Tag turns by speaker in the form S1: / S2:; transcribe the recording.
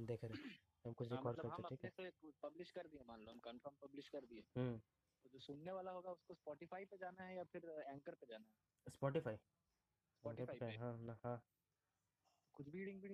S1: देख रहे हैं। हम कुछ
S2: हाँ,
S1: रिकॉर्ड
S2: मतलब
S1: करते
S2: हम
S1: हैं, ठीक
S2: अपने
S1: है
S2: से पब्लिश कर दिए मान लो हम कंफर्म पब्लिश कर दिए
S1: हम्म
S2: तो जो सुनने वाला होगा उसको स्पॉटिफाई पे जाना है या फिर एंकर पे जाना है
S1: स्पॉटिफाई
S2: Spotify
S1: पे
S2: पे।
S1: हाँ ना हाँ
S2: कुछ भी रीडिंग